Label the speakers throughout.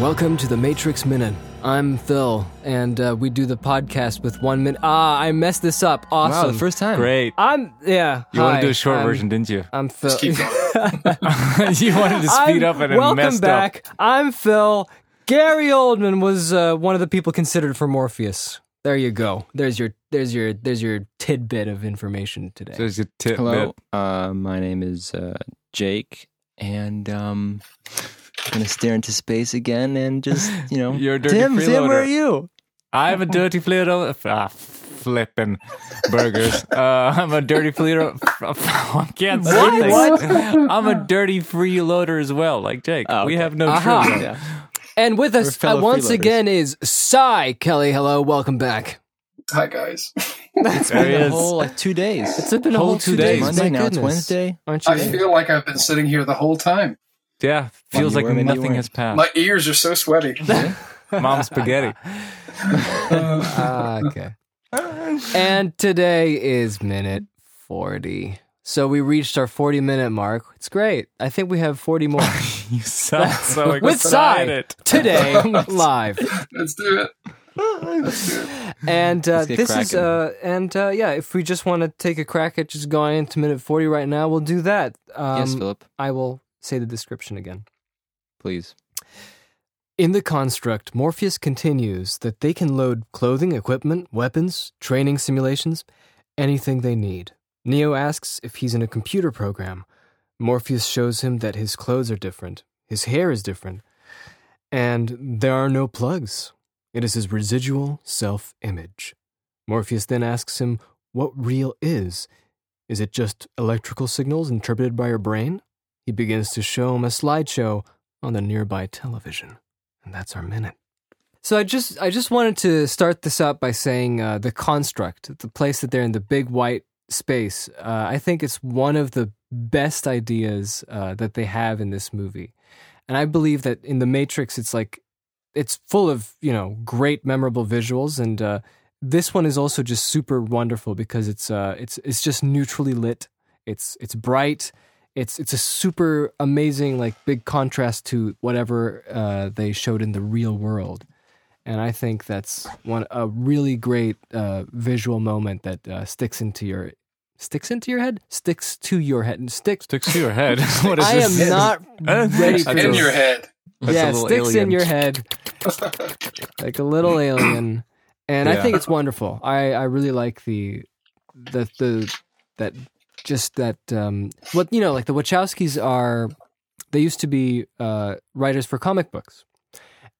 Speaker 1: Welcome to the Matrix Minute. I'm Phil, and uh, we do the podcast with one minute. Ah, I messed this up. Awesome.
Speaker 2: Wow, the first time.
Speaker 3: Great.
Speaker 1: I'm yeah.
Speaker 3: You wanted
Speaker 1: hi,
Speaker 3: to do a short
Speaker 1: I'm-
Speaker 3: version, didn't you?
Speaker 1: I'm Phil.
Speaker 4: Keep going.
Speaker 3: you wanted to speed up and it
Speaker 1: welcome
Speaker 3: messed up.
Speaker 1: back. I'm Phil. Gary Oldman was uh, one of the people considered for Morpheus. There you go. There's your there's your there's your tidbit of information today.
Speaker 3: There's your tip.
Speaker 2: Hello. Uh, my name is uh, Jake, and um, I'm gonna stare into space again and just you know.
Speaker 3: You're a dirty
Speaker 2: Tim, Tim, where
Speaker 3: freeloader.
Speaker 2: are you?
Speaker 3: I'm a dirty flitter. Ah, flipping burgers. Uh, I'm a dirty flitter. I can't say
Speaker 1: What?
Speaker 3: things.
Speaker 1: What?
Speaker 3: I'm a dirty freeloader as well, like Jake.
Speaker 2: Oh,
Speaker 3: We
Speaker 2: okay.
Speaker 3: have no
Speaker 1: Aha.
Speaker 3: truth.
Speaker 2: Yeah.
Speaker 1: And with
Speaker 2: We're
Speaker 1: us uh,
Speaker 2: fellow
Speaker 1: once
Speaker 2: freeloaders.
Speaker 1: again is Cy Kelly. Hello, welcome back.
Speaker 4: Hi guys.
Speaker 3: There he
Speaker 2: The
Speaker 3: is.
Speaker 2: whole like two days.
Speaker 1: It's been a
Speaker 3: Whole
Speaker 1: whole
Speaker 3: two
Speaker 1: two
Speaker 3: days.
Speaker 1: days.
Speaker 2: Monday
Speaker 1: My
Speaker 2: now. It's
Speaker 1: goodness.
Speaker 2: Wednesday.
Speaker 1: Aren't you?
Speaker 4: I feel like I've been sitting here the whole time.
Speaker 3: Yeah, feels
Speaker 2: you
Speaker 3: like
Speaker 2: were, maybe you
Speaker 3: nothing
Speaker 2: weren't.
Speaker 3: has passed.
Speaker 4: My ears are so sweaty.
Speaker 3: Mom's spaghetti.
Speaker 1: Ah, okay. and today is minute 40. So we reached our 40 minute mark. It's great. I think we have 40 more
Speaker 3: You sound so
Speaker 1: with Psy
Speaker 3: excited.
Speaker 1: today live.
Speaker 4: Let's do it. Let's do it.
Speaker 1: And uh,
Speaker 2: Let's get
Speaker 1: this is,
Speaker 2: cracking.
Speaker 1: uh, and uh, yeah, if we just want to take a crack at just going into minute 40 right now, we'll do that. Um,
Speaker 2: yes, Philip.
Speaker 1: I will say the description again.
Speaker 2: Please.
Speaker 1: In the construct, Morpheus continues that they can load clothing, equipment, weapons, training simulations, anything they need. Neo asks if he's in a computer program. Morpheus shows him that his clothes are different, his hair is different, and there are no plugs. It is his residual self image. Morpheus then asks him what real is. Is it just electrical signals interpreted by your brain? He begins to show him a slideshow on the nearby television and that's our minute. So I just I just wanted to start this out by saying uh, the construct, the place that they're in, the big white space. Uh, I think it's one of the best ideas uh, that they have in this movie, and I believe that in the Matrix, it's like it's full of you know great memorable visuals, and uh, this one is also just super wonderful because it's uh, it's it's just neutrally lit. It's it's bright it's it's a super amazing like big contrast to whatever uh, they showed in the real world and i think that's one a really great uh, visual moment that uh, sticks into your sticks into your head sticks to your head and sticks
Speaker 3: Sticks to your head. what is
Speaker 1: i
Speaker 3: this?
Speaker 1: am not ready for
Speaker 3: That's
Speaker 4: In
Speaker 3: a-
Speaker 1: this
Speaker 4: your head.
Speaker 3: That's a
Speaker 1: yeah, it
Speaker 3: little
Speaker 1: sticks in
Speaker 3: alien.
Speaker 1: your head like a little alien, and I
Speaker 3: Yeah.
Speaker 1: think it's wonderful. I I really like the the the that just that um what you know like the Wachowskis are they used to be uh, writers for comic books,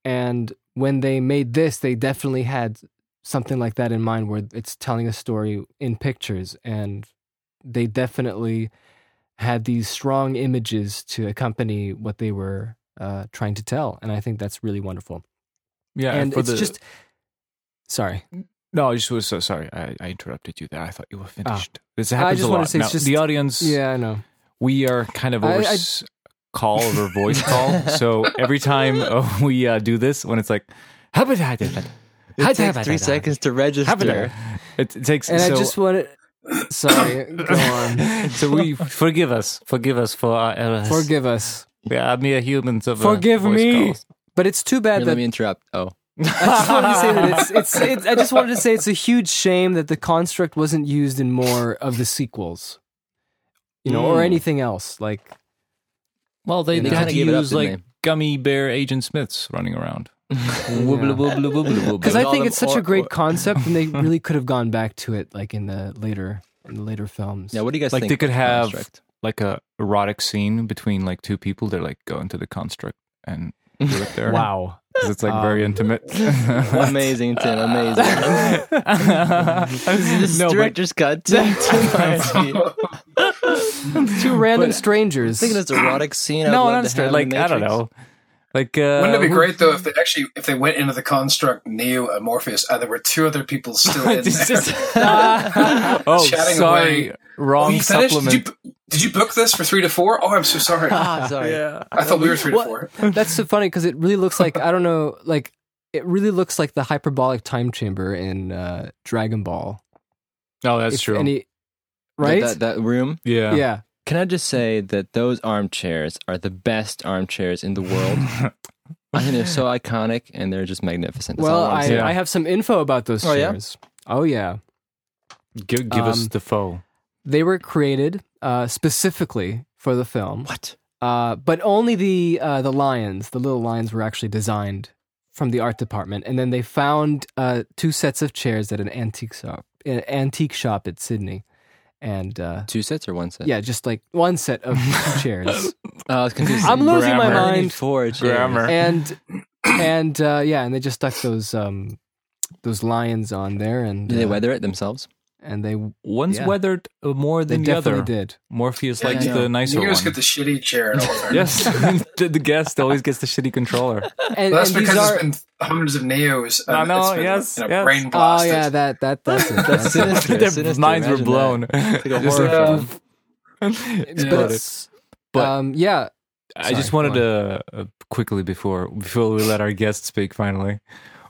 Speaker 1: and when they made this, they definitely had something like that in mind where it's telling a story in pictures and they definitely had these strong images to accompany what they were uh, trying to tell and i think that's really wonderful
Speaker 3: Yeah,
Speaker 1: and
Speaker 3: for
Speaker 1: it's
Speaker 3: the-
Speaker 1: just sorry
Speaker 3: No, I just was so sorry. I, I interrupted you there. I thought you were finished. This happens
Speaker 1: Ah. I just
Speaker 3: a
Speaker 1: wanna
Speaker 3: lot.
Speaker 1: say it's
Speaker 3: Now,
Speaker 1: just-
Speaker 3: the audience,
Speaker 1: yeah i know
Speaker 3: we are kind of
Speaker 1: I-
Speaker 3: over
Speaker 1: I-
Speaker 3: s- call over voice call. So every time uh, we uh, do this, when it's like,
Speaker 2: It takes three seconds to register.
Speaker 3: It it takes.
Speaker 1: and
Speaker 3: so,
Speaker 1: i just wanted sorry go on
Speaker 3: so we forgive us. Forgive us for our errors.
Speaker 1: forgive us
Speaker 3: Yeah, mere humans of uh,
Speaker 1: Forgive
Speaker 3: voice
Speaker 1: me.
Speaker 3: calls.
Speaker 1: but it's too
Speaker 2: Here,
Speaker 1: bad
Speaker 2: let
Speaker 1: that
Speaker 2: me interrupt. Oh,
Speaker 1: I just wanted to say that it's, it's, it's I just wanted to say it's a huge shame that the construct wasn't used in more of the sequels, you know, or
Speaker 2: Mm.
Speaker 1: anything else. Like,
Speaker 3: Well, they,
Speaker 2: Yeah, they
Speaker 3: had
Speaker 2: kinda
Speaker 3: to
Speaker 2: gave it up,
Speaker 3: use
Speaker 2: didn't
Speaker 3: like
Speaker 2: they?
Speaker 3: gummy bear Agent Smiths running around. Wobbly, wobbly, wobbly, wobbly.
Speaker 1: because
Speaker 2: With
Speaker 1: I
Speaker 2: all
Speaker 1: think
Speaker 2: them
Speaker 1: it's such a
Speaker 2: or-
Speaker 1: great
Speaker 2: or-
Speaker 1: concept, and they really could have gone back to it, like in the later in the later films.
Speaker 2: yeah. What do you guys
Speaker 3: Like
Speaker 2: think?
Speaker 3: they could
Speaker 2: of the
Speaker 3: have-
Speaker 2: construct?
Speaker 3: like a erotic scene between like two people. They're like go into the construct and do it there.
Speaker 1: wow.
Speaker 3: 'Cause it's like very
Speaker 1: Um,
Speaker 3: intimate.
Speaker 2: Amazing, Tim. Amazing. This
Speaker 3: no, but
Speaker 2: director's cut. Tim, Tim reminds me.
Speaker 1: Two random strangers.
Speaker 2: Thinking it's erotic scene. I'd
Speaker 3: no,
Speaker 2: love
Speaker 3: not
Speaker 2: to
Speaker 3: straight.
Speaker 2: have in
Speaker 3: Like
Speaker 2: the
Speaker 3: I don't
Speaker 2: Matrix.
Speaker 3: know. Like uh,
Speaker 4: Wouldn't it be
Speaker 3: who-
Speaker 4: great though if they actually if they went into the construct Neo and Morpheus and there were two other people still in
Speaker 3: This
Speaker 4: there?
Speaker 3: is- oh,
Speaker 4: Chatting
Speaker 3: sorry,
Speaker 4: away.
Speaker 3: wrong
Speaker 4: you finished? Did you,
Speaker 3: supplement.
Speaker 4: bu- did you book this for three to four? Oh, I'm so sorry.
Speaker 2: Ah, sorry.
Speaker 4: I thought we were three
Speaker 1: What?
Speaker 4: to four.
Speaker 1: That's so funny because it really looks like I don't know, like it really looks like the hyperbolic time chamber in uh, Dragon Ball.
Speaker 3: Oh, that's
Speaker 1: If
Speaker 3: true.
Speaker 1: any- right?
Speaker 2: That, that, that room.
Speaker 3: yeah.
Speaker 1: yeah.
Speaker 2: Can I just say that those armchairs are the best armchairs in the world? I think they're so iconic and they're just magnificent. That's
Speaker 1: well,
Speaker 2: all I wanna
Speaker 1: I,
Speaker 2: say.
Speaker 3: Yeah.
Speaker 1: I have some info about those
Speaker 2: Oh, yeah?
Speaker 1: chairs. Oh yeah,
Speaker 3: Give, give us
Speaker 1: Um,
Speaker 3: the foe.
Speaker 1: they were created uh, specifically for the film.
Speaker 2: what?
Speaker 1: Uh, but only the uh, the lions, the little lions, were actually designed from the art department, and then they found uh, two sets of chairs at an antique shop, an antique shop at Sydney, and uh,
Speaker 2: Two sets or one set?
Speaker 1: yeah, just like one set of chairs,
Speaker 2: Oh, I was confused.
Speaker 1: I'm losing
Speaker 3: my
Speaker 2: Grammar.
Speaker 1: mind.
Speaker 2: Four chairs.
Speaker 3: Grammar.
Speaker 1: and and uh, yeah, and they just stuck those um, those lions on there, and
Speaker 2: Did they
Speaker 1: uh,
Speaker 2: weather it themselves?
Speaker 1: and they
Speaker 3: One's
Speaker 1: yeah.
Speaker 3: weathered uh, more
Speaker 1: they
Speaker 3: than the
Speaker 1: definitely
Speaker 3: other.
Speaker 1: did.
Speaker 3: Morpheus
Speaker 4: Yeah,
Speaker 3: likes
Speaker 2: yeah.
Speaker 3: the nicer
Speaker 4: You
Speaker 3: one.
Speaker 4: always get the shitty chair and all that.
Speaker 3: yes, the, the guest always gets the shitty controller.
Speaker 1: And,
Speaker 4: Well, that's
Speaker 1: and these
Speaker 4: because
Speaker 1: are
Speaker 4: it's been hundreds of neos. um,
Speaker 3: No, no,
Speaker 4: it's been,
Speaker 3: yes,
Speaker 4: you know,
Speaker 3: yes.
Speaker 4: brain
Speaker 1: oh
Speaker 4: blasted.
Speaker 1: yeah, that that that's it. That's it.
Speaker 2: sinister,
Speaker 3: Their
Speaker 2: sinister,
Speaker 3: minds were
Speaker 2: imagine
Speaker 3: blown.
Speaker 2: that. It's like a
Speaker 3: Just
Speaker 2: horror
Speaker 3: like, um,
Speaker 2: film.
Speaker 1: It's-
Speaker 4: Yeah.
Speaker 1: but
Speaker 3: But
Speaker 1: it's-
Speaker 3: but-
Speaker 1: um, yeah,
Speaker 3: I just
Speaker 1: Sorry,
Speaker 3: wanted to uh, quickly before before we let our guest speak finally.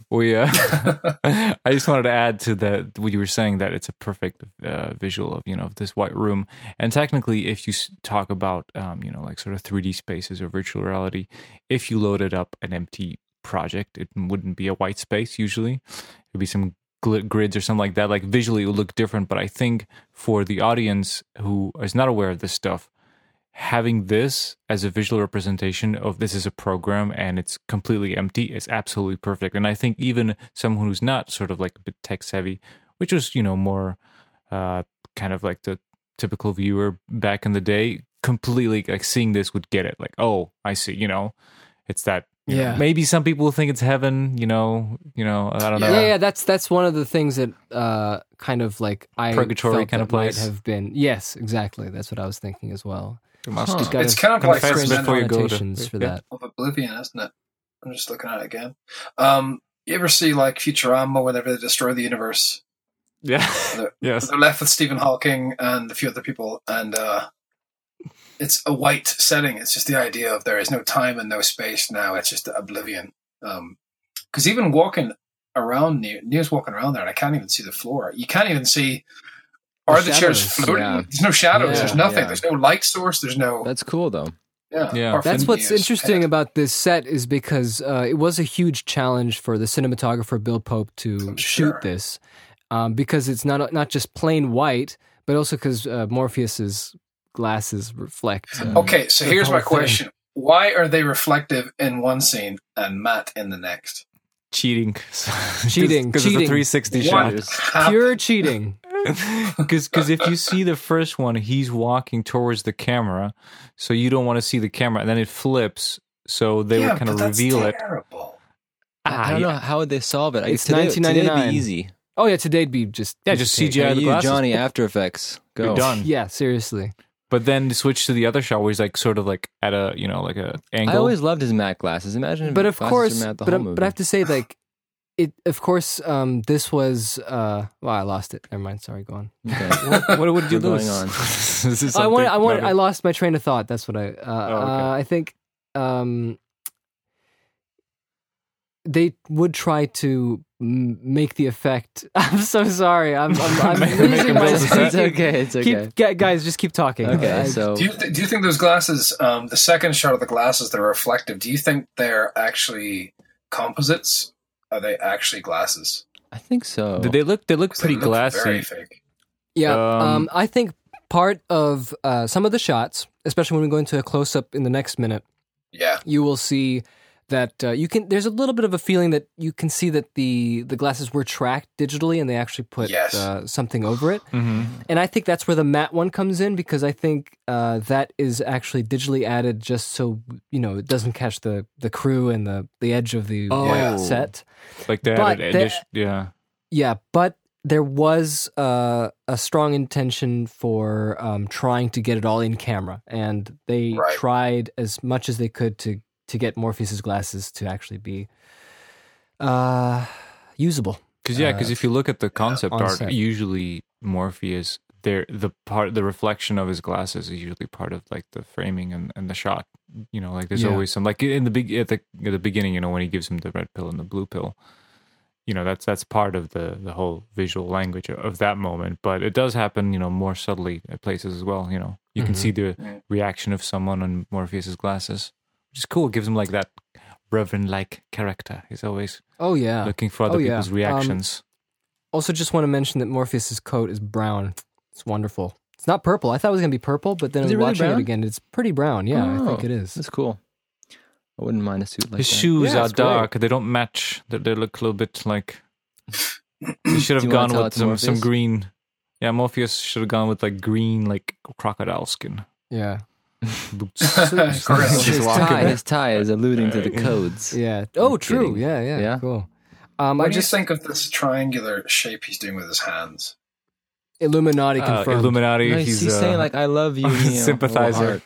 Speaker 3: We uh, I just wanted to add to that what you were saying that it's a perfect uh, visual of you know of this white room and technically if you s- talk about um, you know like sort of 3D spaces or virtual reality if you loaded up an empty project it wouldn't be a white space usually it'd be some gl- grids or something like that like visually it would look different but I think for the audience who is not aware of this stuff having this as a visual representation of this is a program and it's completely empty is absolutely perfect. And I think even someone who's not sort of like a bit tech savvy, which was, you know, more uh, kind of like the typical viewer back in the day, completely like seeing this would get it. Like, oh, I see, you know, it's that. you know,
Speaker 1: Yeah.
Speaker 3: maybe some people think it's heaven, you know, you know, I don't know.
Speaker 1: yeah, yeah. That's that's one of the things that uh, kind of like I
Speaker 3: Purgatory
Speaker 1: felt
Speaker 3: kind
Speaker 1: that
Speaker 3: of place.
Speaker 1: might have been. Yes, exactly. That's what I was thinking as well.
Speaker 2: Huh.
Speaker 1: It's got
Speaker 4: It's
Speaker 1: a
Speaker 4: kind of like
Speaker 1: strange
Speaker 3: Confess before you go to-
Speaker 1: connotations for
Speaker 3: Yeah.
Speaker 1: that.
Speaker 4: of Oblivion, isn't it? I'm just looking at it again. Um, you ever see like Futurama whenever they destroy the universe?
Speaker 1: Uh,
Speaker 3: Yeah. yes.
Speaker 4: They're left with Stephen Hawking and a few other people, and uh, it's a white setting. It's just the idea of there is no time and no space now. It's just oblivion. Because even walking around, Ne- Neo's walking around there, and I can't even see the floor. You can't even see.
Speaker 1: The
Speaker 4: Are the, chairs
Speaker 1: shadows,
Speaker 4: floating?
Speaker 2: yeah.
Speaker 4: There's no shadows.
Speaker 1: Yeah,
Speaker 4: there's nothing.
Speaker 2: yeah.
Speaker 4: There's no light source. There's no.
Speaker 2: That's cool though.
Speaker 4: yeah.
Speaker 3: Yeah.
Speaker 4: apart
Speaker 1: That's
Speaker 4: from
Speaker 1: what's
Speaker 4: Neo's
Speaker 1: interesting
Speaker 4: head.
Speaker 1: about this set is because uh, it was a huge challenge for the cinematographer Bill Pope to
Speaker 4: I'm
Speaker 1: shoot
Speaker 4: sure.
Speaker 1: this, um, because it's not not just plain white, but also because uh, Morpheus's glasses reflect.
Speaker 2: Oh,
Speaker 1: uh,
Speaker 4: Okay, so
Speaker 1: the
Speaker 4: here's
Speaker 1: whole
Speaker 4: my
Speaker 1: thing.
Speaker 4: question. Why are they reflective in one scene and matte in the next?
Speaker 3: Cheating.
Speaker 1: Cheating,
Speaker 3: Because it's a
Speaker 1: cheating.
Speaker 3: 360 shot.
Speaker 4: What
Speaker 2: uh,
Speaker 4: happened?
Speaker 1: Pure cheating.
Speaker 3: because if you see the first one he's walking towards the camera so you don't want to see the camera and then it flips so they
Speaker 4: Yeah,
Speaker 3: would kind
Speaker 4: but
Speaker 3: of
Speaker 4: that's
Speaker 3: reveal it
Speaker 4: terrible.
Speaker 2: I- I don't know how would they solve it. I
Speaker 1: It's
Speaker 2: today, today it'd
Speaker 1: 1999.
Speaker 2: be easy.
Speaker 1: Ah, Oh yeah, today'd be just
Speaker 3: Yeah, just
Speaker 1: take-
Speaker 3: CGI. Yeah,
Speaker 2: Hey,
Speaker 3: the
Speaker 2: you,
Speaker 3: glasses.
Speaker 2: Johnny, After Effects, go.
Speaker 3: you're done
Speaker 1: Yeah, seriously.
Speaker 3: but then to switch to the other shot where he's like sort of like at a you know like a angle
Speaker 2: I always loved his matte glasses. Imagine, if
Speaker 1: but
Speaker 2: his
Speaker 1: of
Speaker 2: glasses
Speaker 1: course,
Speaker 2: were matte the
Speaker 1: but,
Speaker 2: whole
Speaker 1: I-
Speaker 2: movie.
Speaker 1: but I have to say, like, it. Of course, um, this was. Uh, well, I lost it. Never mind. Sorry, go on.
Speaker 2: Okay.
Speaker 3: what, what would you
Speaker 2: We're going
Speaker 3: lose
Speaker 2: on.
Speaker 3: This is
Speaker 1: I
Speaker 3: something
Speaker 1: want. I want.
Speaker 3: about
Speaker 1: I
Speaker 3: it.
Speaker 1: lost my train of thought. That's what I. Uh,
Speaker 3: okay.
Speaker 1: uh, I think. Um, they would try to m- make the effect. I'm so sorry. I'm. I'm, I'm
Speaker 3: Make- make
Speaker 1: losing
Speaker 3: them
Speaker 1: my.
Speaker 3: build the set.
Speaker 2: it's
Speaker 1: speaking-
Speaker 2: okay. It's okay.
Speaker 1: Keep, gu- guys, just keep talking.
Speaker 2: okay,
Speaker 1: I-
Speaker 3: Oh.
Speaker 2: so
Speaker 4: Do you, th- do you think those glasses, um, the second shot of the glasses that are reflective, do you think they're actually composites? Are they actually glasses?
Speaker 2: I think so.
Speaker 3: Did they look they look
Speaker 4: 'Cause
Speaker 3: pretty
Speaker 4: they look Very
Speaker 3: glassy
Speaker 4: fake.
Speaker 1: Yeah, um,
Speaker 3: Um,
Speaker 1: I think part of uh, some of the shots, especially when we go into a close up in the next minute,
Speaker 4: Yeah.
Speaker 1: you will see that uh, you can. There's a little bit of a feeling that you can see that the the glasses were tracked digitally, and they actually put
Speaker 4: Yes.
Speaker 1: uh, something over it.
Speaker 3: hmm
Speaker 1: And I think that's where the matte one comes in because I think uh, that is actually digitally added just so you know it doesn't catch the the crew and the the edge of the
Speaker 3: Oh.
Speaker 1: white set.
Speaker 3: like that
Speaker 1: But the-
Speaker 3: addition, yeah
Speaker 1: Yeah, but there was uh, a strong intention for um, trying to get it all in camera, and they
Speaker 4: Right.
Speaker 1: tried as much as they could to to get Morpheus's glasses to actually be uh, usable.
Speaker 3: Because yeah, because
Speaker 1: uh,
Speaker 3: if you look at the concept
Speaker 1: on
Speaker 3: art,
Speaker 1: set.
Speaker 3: usually Morpheus, there the part, the reflection of his glasses is usually part of like the framing and, and the shot. You know, like there's
Speaker 1: Yeah.
Speaker 3: always some like in the big at the at the beginning, you know, when he gives him the red pill and the blue pill. You know, that's that's part of the the whole visual language of, of that moment. But it does happen, you know, more subtly at places as well. You know, you can
Speaker 1: Mhm.
Speaker 3: see the
Speaker 4: Mm.
Speaker 3: reaction of someone on Morpheus's glasses, which is cool. It gives him like that Reverend-like character. He's always
Speaker 1: Oh yeah.
Speaker 3: looking for other
Speaker 1: Oh, yeah.
Speaker 3: people's
Speaker 1: Um,
Speaker 3: reactions.
Speaker 1: Also, just want to mention that Morpheus's coat is brown. It's wonderful. It's not purple. I thought it was gonna be purple, but then
Speaker 2: Is it really
Speaker 1: watching
Speaker 2: brown?
Speaker 1: it again, it's pretty brown. Yeah, I
Speaker 2: Oh.
Speaker 1: think it is.
Speaker 2: That's cool. I wouldn't mind a suit like
Speaker 3: His
Speaker 2: that.
Speaker 3: shoes
Speaker 1: Yeah,
Speaker 3: are
Speaker 1: it's great.
Speaker 3: dark. They don't match. They, they look a little bit like. He
Speaker 2: Do
Speaker 3: should have
Speaker 2: you wanna
Speaker 3: gone
Speaker 2: tell
Speaker 3: with
Speaker 2: it's
Speaker 3: some, some
Speaker 2: Morpheus?
Speaker 3: green. Yeah, Morpheus should have gone with like green, like crocodile skin
Speaker 1: Yeah,
Speaker 3: boots.
Speaker 4: Gross.
Speaker 2: his,
Speaker 1: He's
Speaker 2: tie,
Speaker 1: walking.
Speaker 2: his tie is alluding to the codes.
Speaker 1: yeah. Oh, true.
Speaker 2: kidding.
Speaker 1: Yeah, yeah,
Speaker 2: Yeah.
Speaker 1: Cool. Um,
Speaker 4: What
Speaker 1: I
Speaker 4: do
Speaker 1: just
Speaker 4: you think of this triangular shape he's doing with his hands?
Speaker 1: Illuminati
Speaker 3: Uh,
Speaker 1: confirmed.
Speaker 3: Illuminati.
Speaker 2: No, he's,
Speaker 3: he's
Speaker 2: he's
Speaker 3: uh,
Speaker 2: saying like, "I love you, Neo,
Speaker 3: sympathizer.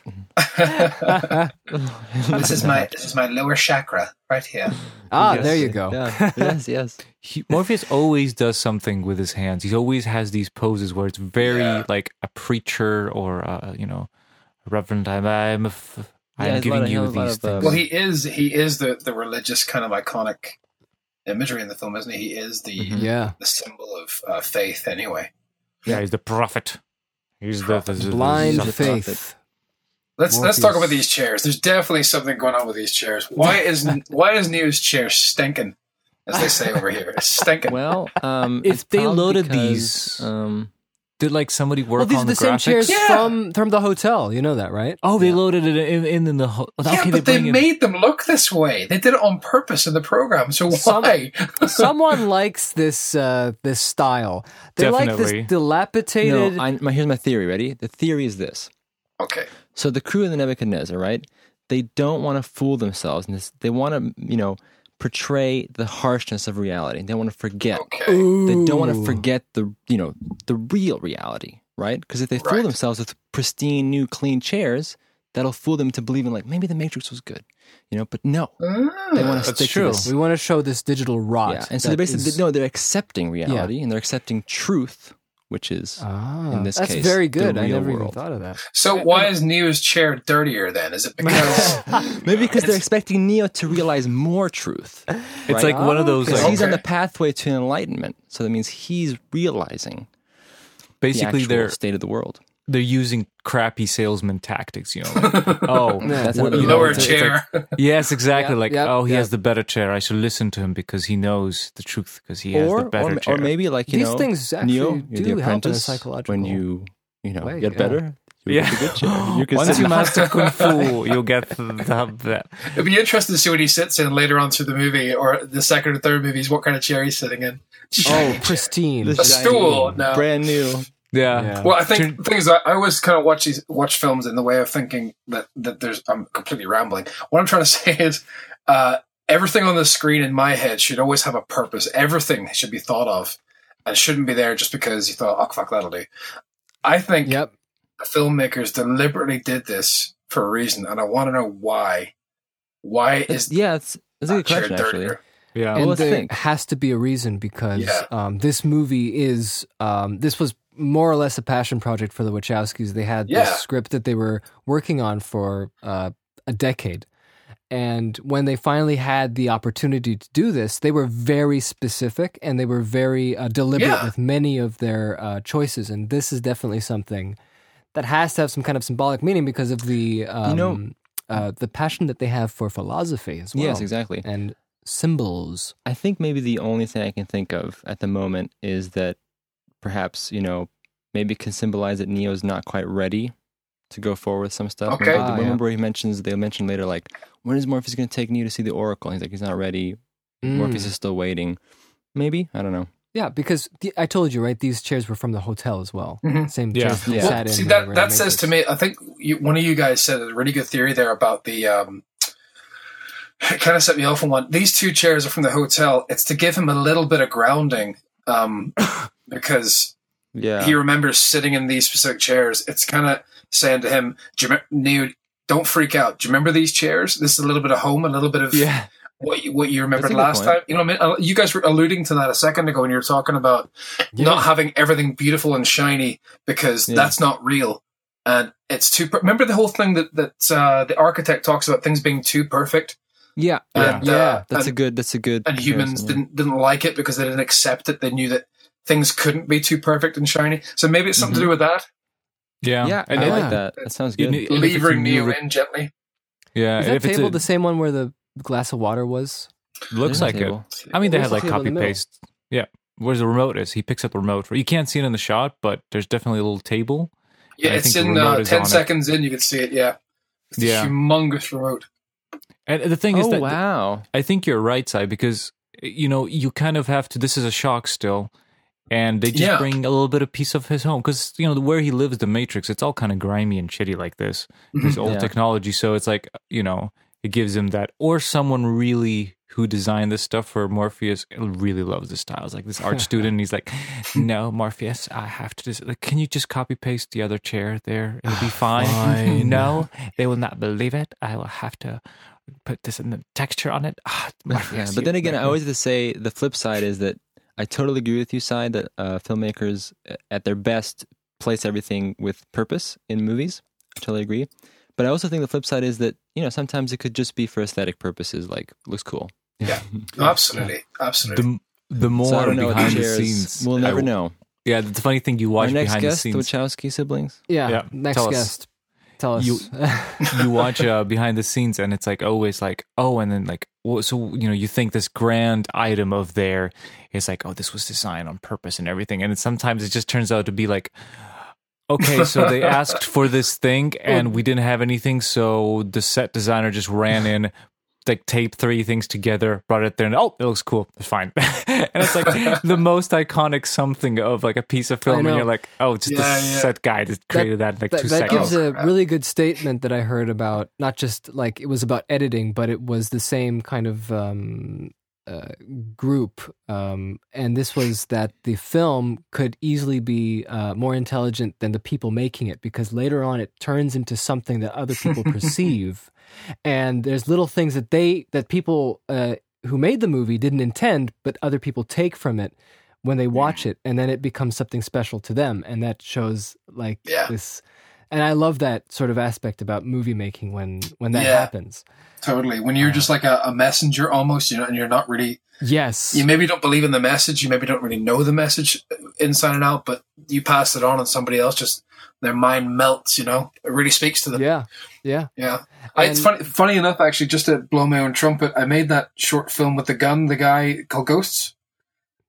Speaker 4: this is my this is my lower chakra right here.
Speaker 1: ah, there you go.
Speaker 2: Yeah. Yes, yes.
Speaker 3: he, Morpheus always does something with his hands. He always has these poses where it's very
Speaker 4: Yeah.
Speaker 3: like a preacher or uh, you know, Reverend. I'm I'm, f-
Speaker 2: Yeah,
Speaker 3: I'm
Speaker 2: he's a lot
Speaker 3: giving
Speaker 2: of- he
Speaker 3: you
Speaker 2: has a lot
Speaker 3: these
Speaker 2: of, um,
Speaker 3: things.
Speaker 4: Well, he is he is the the religious kind of iconic imagery in the film, isn't he? He is the
Speaker 2: Mhm.
Speaker 3: Mm-hmm.
Speaker 1: Yeah.
Speaker 4: the symbol of uh, faith, anyway.
Speaker 3: yeah, he's the prophet. He's the, the, the- the
Speaker 1: Blind
Speaker 3: something.
Speaker 1: faith.
Speaker 4: Let's let's talk
Speaker 1: Morpheus.
Speaker 4: about these chairs. There's definitely something going on with these chairs. Why is why is Neo's chair stinking, as they say over here? It's stinking.
Speaker 2: Well, um,
Speaker 3: If
Speaker 2: it's
Speaker 3: they
Speaker 2: probably
Speaker 3: loaded
Speaker 2: because,
Speaker 3: these-
Speaker 2: um,
Speaker 3: Did like somebody work
Speaker 1: Well, these
Speaker 3: on
Speaker 1: are the,
Speaker 3: the
Speaker 1: same
Speaker 3: graphics?
Speaker 1: chairs
Speaker 4: Yeah.
Speaker 1: from from the hotel. You know that, right?
Speaker 3: Oh, they loaded it in in, in the ho-
Speaker 4: yeah,
Speaker 3: okay,
Speaker 4: but
Speaker 3: they
Speaker 4: they,
Speaker 3: bring in-
Speaker 4: made them look this way. They did it on purpose in the program. So
Speaker 1: Some-
Speaker 4: why?
Speaker 1: Someone likes this uh, this style. They like
Speaker 3: Definitely.
Speaker 1: this dilapidated.
Speaker 2: no, I, my, here's my theory. Ready? The theory is this:
Speaker 4: okay.
Speaker 2: so the crew of the Nebuchadnezzar, right? They don't want to fool themselves, and this, they want to, you know, portray the harshness of reality. They want to forget.
Speaker 4: Okay.
Speaker 2: They don't want to
Speaker 1: Ooh.
Speaker 2: forget the, you know, the real reality, right? Because if they fool
Speaker 4: Right.
Speaker 2: themselves with pristine, new, clean chairs, that'll fool them to believing like maybe the Matrix was good, you know. But no,
Speaker 4: Ah.
Speaker 2: they want to
Speaker 3: That's
Speaker 2: stick
Speaker 3: true.
Speaker 2: to this
Speaker 1: We want to show this digital rot.
Speaker 2: Yeah, and so they're
Speaker 1: that
Speaker 2: basically
Speaker 1: is-
Speaker 2: no, they're accepting reality and they're accepting truth, which is
Speaker 3: Uh,
Speaker 1: Ah,
Speaker 2: in this
Speaker 1: that's
Speaker 2: case,
Speaker 1: very
Speaker 2: the
Speaker 1: good. I
Speaker 2: real
Speaker 1: never even
Speaker 2: world.
Speaker 1: thought of that.
Speaker 4: So why is Neo's chair dirtier then? Is it because
Speaker 2: maybe because they're expecting Neo to realize more truth.
Speaker 3: It's like one of those
Speaker 2: Because
Speaker 3: like
Speaker 2: he's on
Speaker 4: Okay.
Speaker 2: the pathway to enlightenment, so that means he's realizing
Speaker 3: basically
Speaker 2: the
Speaker 3: they're
Speaker 2: actual state of the world.
Speaker 3: they're using crappy salesman tactics, you know. like, oh,
Speaker 2: That's
Speaker 3: what-
Speaker 2: another
Speaker 3: you know,
Speaker 4: lower
Speaker 3: it's like-
Speaker 4: chair?
Speaker 3: Yes, exactly.
Speaker 1: Yeah,
Speaker 3: like,
Speaker 1: yeah,
Speaker 3: oh, he
Speaker 1: yeah.
Speaker 3: has the better chair. I should listen to him because he knows the truth because he has
Speaker 2: or,
Speaker 3: the better
Speaker 2: or,
Speaker 3: chair.
Speaker 2: or maybe like you
Speaker 1: These
Speaker 2: know,
Speaker 1: things actually
Speaker 2: Neo,
Speaker 1: do
Speaker 2: you're the
Speaker 1: help in a
Speaker 2: apprentice.
Speaker 1: psychological
Speaker 2: when you you know
Speaker 1: way,
Speaker 2: get
Speaker 1: yeah.
Speaker 2: better, you
Speaker 3: yeah.
Speaker 2: get the good chair. You can
Speaker 3: Once
Speaker 2: sit
Speaker 3: you
Speaker 2: in-
Speaker 3: master kung fu, you'll get the, that.
Speaker 4: It'd be interesting to see what he sits in later on through the movie or the second or third movies, what kind of chair he's sitting in.
Speaker 1: Oh, pristine.
Speaker 2: this
Speaker 4: a
Speaker 2: shiny,
Speaker 4: stool, no.
Speaker 2: brand new.
Speaker 3: Yeah.
Speaker 1: Yeah.
Speaker 4: Well, I think
Speaker 3: Turn-
Speaker 4: the thing is, I I always kind of watch these watch films in the way of thinking that that there's. I'm completely rambling. What I'm trying to say is, uh, everything on the screen in my head should always have a purpose. Everything should be thought of, and shouldn't be there just because you thought, "Oh fuck, that'll do." I think
Speaker 1: Yep.
Speaker 4: filmmakers deliberately did this for a reason, and I want to know why. Why
Speaker 2: It's,
Speaker 4: is
Speaker 2: yeah, it's, it's a
Speaker 4: that
Speaker 2: good
Speaker 4: chair
Speaker 2: question actually.
Speaker 4: dirtier?
Speaker 3: Yeah.
Speaker 2: Uh, Well,
Speaker 1: and
Speaker 2: let's
Speaker 1: there
Speaker 2: think.
Speaker 1: has to be a reason because
Speaker 4: Yeah.
Speaker 1: um, this movie is um, this was more or less a passion project for the Wachowskis. They had
Speaker 4: Yeah.
Speaker 1: this script that they were working on for uh, a decade, and when they finally had the opportunity to do this, they were very specific and they were very uh, deliberate
Speaker 4: Yeah.
Speaker 1: with many of their uh, choices. And this is definitely something that has to have some kind of symbolic meaning because of the um,
Speaker 2: know-
Speaker 1: uh, the passion that they have for philosophy as well.
Speaker 2: Yes, exactly.
Speaker 1: And symbols.
Speaker 2: I think maybe the only thing I can think of at the moment is that perhaps, you know, maybe it can symbolize that Neo's not quite ready to go forward with some stuff.
Speaker 4: Okay.
Speaker 2: Remember,
Speaker 1: Ah, yeah.
Speaker 2: remember he mentions, they mentioned later, like, when is Morpheus going to take Neo to see the Oracle? And he's like, he's not ready.
Speaker 3: Mm.
Speaker 2: Morpheus is still waiting. Maybe? I don't know.
Speaker 1: Yeah, because the, I told you, right? These chairs were from the hotel as well.
Speaker 4: Mhm.
Speaker 1: Same
Speaker 3: Yeah.
Speaker 1: chairs they
Speaker 2: Yeah.
Speaker 4: Well,
Speaker 1: sat in.
Speaker 4: see
Speaker 1: when they
Speaker 4: that
Speaker 1: were in
Speaker 4: that
Speaker 1: the
Speaker 4: says to
Speaker 1: Matrix.
Speaker 4: me. I think you, one of you guys said a really good theory there about the. Um, it kind of set me off on one. These two chairs are from the hotel. It's to give him a little bit of grounding, um, because
Speaker 2: Yeah.
Speaker 4: he remembers sitting in these specific chairs. It's kind of saying to him, "Do you remem- "Neo, don't freak out. Do you remember these chairs? This is a little bit of home, a little bit of
Speaker 3: Yeah.
Speaker 4: what you, what you remembered
Speaker 2: That's a good
Speaker 4: last
Speaker 2: point.
Speaker 4: time. You know, what I mean, Uh, you guys were alluding to that a second ago when you were talking about
Speaker 1: Yeah.
Speaker 4: not having everything beautiful and shiny because
Speaker 2: Yeah.
Speaker 4: that's not real, and it's too. Per- Remember the whole thing that that uh, the architect talks about things being too perfect.
Speaker 2: yeah.
Speaker 3: Yeah.
Speaker 4: and,
Speaker 1: Yeah.
Speaker 4: uh,
Speaker 2: That's
Speaker 4: and,
Speaker 2: a good, that's a good.
Speaker 4: and humans
Speaker 2: comparison, yeah.
Speaker 4: didn't didn't like it because they didn't accept it. They knew that things couldn't be too perfect and shiny. So maybe it's
Speaker 3: Mm-hmm.
Speaker 4: something to do with that,
Speaker 3: Yeah.
Speaker 2: Yeah,
Speaker 3: And
Speaker 2: I
Speaker 3: it-
Speaker 2: like that. That sounds
Speaker 3: you
Speaker 2: good.
Speaker 3: need- and if it's a
Speaker 4: levering
Speaker 3: new
Speaker 4: Neo
Speaker 3: re-
Speaker 4: in gently.
Speaker 3: Yeah.
Speaker 1: Is
Speaker 3: and
Speaker 1: that
Speaker 3: if it's
Speaker 1: table
Speaker 3: a-
Speaker 1: the same one where the glass of water was?
Speaker 3: Looks
Speaker 2: There's a
Speaker 3: like it.
Speaker 2: table.
Speaker 3: I mean, they
Speaker 1: Where's
Speaker 3: had
Speaker 1: the
Speaker 3: like
Speaker 1: table in the
Speaker 3: copy
Speaker 1: middle?
Speaker 3: paste. Yeah, where's the remote is? He picks up the remote. You can't see it in the shot, but there's definitely a little table.
Speaker 4: Yeah,
Speaker 3: I
Speaker 4: it's
Speaker 3: think the
Speaker 4: in
Speaker 3: remote
Speaker 4: uh,
Speaker 3: is on
Speaker 4: ten
Speaker 3: it.
Speaker 4: seconds in. You can see it. Yeah, it's a
Speaker 3: Yeah.
Speaker 4: humongous remote.
Speaker 3: And the thing is
Speaker 2: Oh
Speaker 3: that
Speaker 2: wow!
Speaker 3: I think you're right, Sai, because you know you kind of have to. This is a shock still, and they just
Speaker 4: Yeah.
Speaker 3: bring a little bit of piece of his home because you know where he lives, the Matrix. It's all kind of grimy and shitty like this. This old
Speaker 2: Yeah.
Speaker 3: technology, so it's like you know it gives him that, or someone really who designed this stuff for Morpheus really loves the styles. Like this art student, and he's like, "No, Morpheus, I have to just like, can you just copy paste the other chair there? It'll be Ah, fine.
Speaker 1: Fine.
Speaker 3: No, they will not believe it. I will have to." Put this in the texture on it. Ah,
Speaker 2: Yeah, but then again, I always have to say the flip side is that I totally agree with you, side that uh, filmmakers uh, at their best place everything with purpose in movies. I totally agree. But I also think the flip side is that you know sometimes it could just be for aesthetic purposes, like looks cool.
Speaker 4: Absolutely, absolutely.
Speaker 3: the, the more
Speaker 2: so I don't know what
Speaker 3: behind
Speaker 2: the
Speaker 3: the,
Speaker 2: chair is.
Speaker 3: scenes,
Speaker 2: We'll
Speaker 3: I-
Speaker 2: never know.
Speaker 3: Yeah, the funny thing you watch
Speaker 2: Our next
Speaker 3: behind
Speaker 2: guest,
Speaker 3: the
Speaker 2: the,
Speaker 3: scenes,
Speaker 2: Wachowski siblings.
Speaker 1: Yeah.
Speaker 3: Yeah,
Speaker 1: Next
Speaker 3: tell us.
Speaker 1: guest. Tell us.
Speaker 3: You- you watch uh, behind the scenes, and it's like always like oh, and then like wha- so you know you think this grand item of there is like oh this was designed on purpose and everything, and it, sometimes it just turns out to be like. Okay, so they asked for this thing and we didn't have anything, so the set designer just ran in, like taped three things together, brought it there, and oh, it looks cool. It's fine. and it's like the most iconic something of like a piece of film,
Speaker 1: know.
Speaker 3: and you're like, oh, just
Speaker 4: Yeah,
Speaker 3: the
Speaker 4: yeah.
Speaker 3: set guy that created that, in like
Speaker 1: that,
Speaker 3: two
Speaker 1: that
Speaker 3: seconds.
Speaker 1: gives
Speaker 4: Oh,
Speaker 1: a
Speaker 4: crap.
Speaker 1: really good statement that I heard about not just like it was about editing, but it was the same kind of um, uh, group. Um, and this was that the film could easily be uh, more intelligent than the people making it because later on it turns into something that other people perceive, and there's little things that they that people uh, who made the movie didn't intend, but other people take from it when they watch it and then it becomes something special to them and that shows like
Speaker 4: Yeah.
Speaker 1: this and i love that sort of aspect about movie making when when that
Speaker 4: Yeah.
Speaker 1: happens
Speaker 4: Totally. When you're just like a, a messenger almost, you know, and you're not really,
Speaker 1: yes
Speaker 4: you maybe don't believe in the message, you maybe don't really know the message uh, inside and out, but you pass it on, and somebody else just their mind melts. You know, it really speaks to them.
Speaker 1: yeah yeah
Speaker 4: Yeah, I, it's funny. Funny enough, actually, just to blow my own trumpet, I made that short film with the gun, the guy called Ghosts.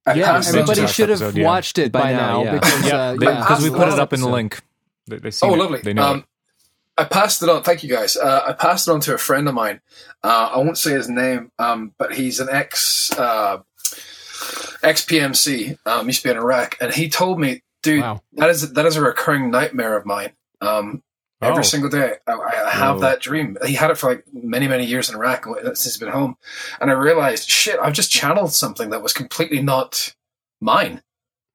Speaker 4: I
Speaker 1: yeah
Speaker 4: passed it
Speaker 1: everybody
Speaker 3: mentioned
Speaker 4: to-
Speaker 3: last
Speaker 1: should have
Speaker 3: episode, yeah.
Speaker 1: watched it by,
Speaker 2: By
Speaker 1: now,
Speaker 2: now, yeah.
Speaker 1: because
Speaker 3: yeah,
Speaker 1: uh,
Speaker 3: because
Speaker 1: yeah.
Speaker 4: because
Speaker 3: we
Speaker 4: Absolutely.
Speaker 3: put it up in the link. They, they seen
Speaker 4: Oh,
Speaker 3: it.
Speaker 4: lovely.
Speaker 3: They know
Speaker 4: Um,
Speaker 3: it.
Speaker 4: I passed it on. Thank you guys. Uh, I passed it on to a friend of mine. Uh, I won't say his name, um, but he's an ex uh, ex PMC. Um, used to be in Iraq, and he told me, dude,
Speaker 1: wow
Speaker 4: that is that is a recurring nightmare of mine. Um, every
Speaker 3: Oh.
Speaker 4: single day, I, I have
Speaker 2: Whoa.
Speaker 4: that dream. He had it for like many many years in Iraq since he's been home, and I realized, shit, I've just channeled something that was completely not mine.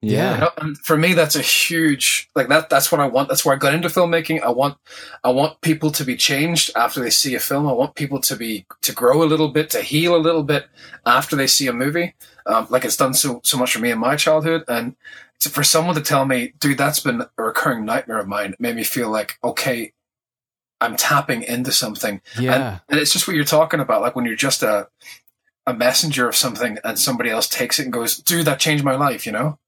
Speaker 1: Yeah.
Speaker 4: You know, and um, for me, that's a huge like that. That's what I want. That's why I got into filmmaking. I want, I want people to be changed after they see a film. I want people to be to grow a little bit, to heal a little bit after they see a movie. Um, like it's done so so much for me in my childhood, and to, for someone to tell me, dude, that's been a recurring nightmare of mine, it made me feel like okay, I'm tapping into something
Speaker 1: yeah
Speaker 4: and it's just what you're talking about, like when you're just a a messenger of something and somebody else takes it and goes, dude, that changed my life, you know?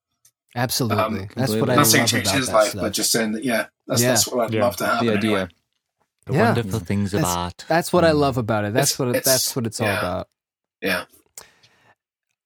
Speaker 1: absolutely
Speaker 4: um,
Speaker 1: that's what i
Speaker 2: completely.
Speaker 1: love
Speaker 4: Not saying
Speaker 1: about
Speaker 4: changed his
Speaker 1: that
Speaker 4: life,
Speaker 1: stuff.
Speaker 4: but just saying that yeah, that's
Speaker 1: Yeah.
Speaker 4: that's what I'd
Speaker 3: Yeah.
Speaker 4: love to happen.
Speaker 2: The
Speaker 4: anyway.
Speaker 2: idea.
Speaker 1: The yeah.
Speaker 3: wonderful things
Speaker 1: That's-
Speaker 3: art.
Speaker 1: That's what I love about it. That's
Speaker 4: It's-
Speaker 1: what it,
Speaker 4: it's-
Speaker 1: that's what it's all
Speaker 4: yeah.
Speaker 1: about.
Speaker 4: Yeah.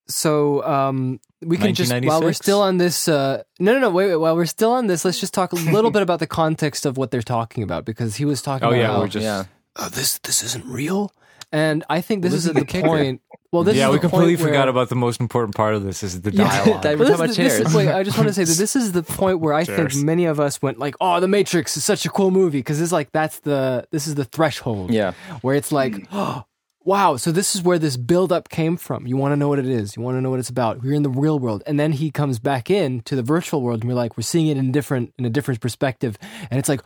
Speaker 1: So um, we can just while we're
Speaker 3: 1996?
Speaker 1: still on this. Uh, no, no, no. Wait, wait. While we're still on this, let's just talk a little bit about the context of what they're talking about because he was talking.
Speaker 3: Oh
Speaker 1: about
Speaker 3: yeah,
Speaker 1: how,
Speaker 3: we're just
Speaker 2: yeah.
Speaker 1: oh, this this isn't real. And I think this,
Speaker 2: Well, this
Speaker 1: is,
Speaker 2: is
Speaker 1: at
Speaker 2: the
Speaker 1: the
Speaker 2: kicker.
Speaker 1: point. Well, this
Speaker 3: yeah.
Speaker 1: is
Speaker 3: We
Speaker 1: the point
Speaker 3: completely
Speaker 1: where-
Speaker 3: forgot about the most important part of this is the
Speaker 1: Yeah.
Speaker 3: dialogue.
Speaker 2: Di- We're
Speaker 1: Well,
Speaker 2: talking
Speaker 1: this,
Speaker 2: about
Speaker 1: is- this is,
Speaker 2: chairs.
Speaker 1: wait, I just want to say that this is the point where I think
Speaker 3: Chairs.
Speaker 1: many of us went like, "Oh, The Matrix is such a cool movie" because it's like that's the this is the threshold
Speaker 2: Yeah.
Speaker 1: where it's like, oh, wow, so this is where this buildup came from. You want to know what it is. You want to know what it's about. We're in the real world, and then he comes back in to the virtual world, and we're like, we're seeing it in different in a different perspective, and it's like,